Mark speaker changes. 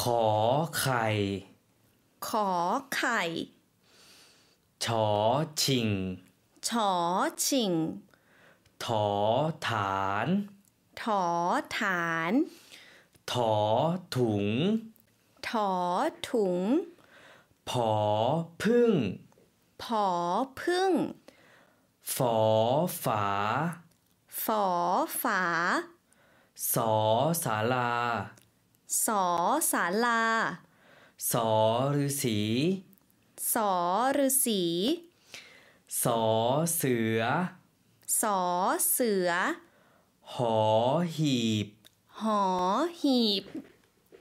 Speaker 1: ขอไข่
Speaker 2: ขอไข่
Speaker 1: ชอชิง
Speaker 2: ฉอฉิ่ง
Speaker 1: ถอฐาน
Speaker 2: ถอฐาน
Speaker 1: ถอถุง
Speaker 2: ถอถุง
Speaker 1: ผอพึ่ง
Speaker 2: ผอพึ่ง
Speaker 1: ฝอฝา
Speaker 2: ฝอฝา
Speaker 1: สอศาลา
Speaker 2: สอศาลา
Speaker 1: สอฤาษี
Speaker 2: สอฤาษี
Speaker 1: สอเสือ
Speaker 2: สอเสือ
Speaker 1: หอหีบ
Speaker 2: หอหีบ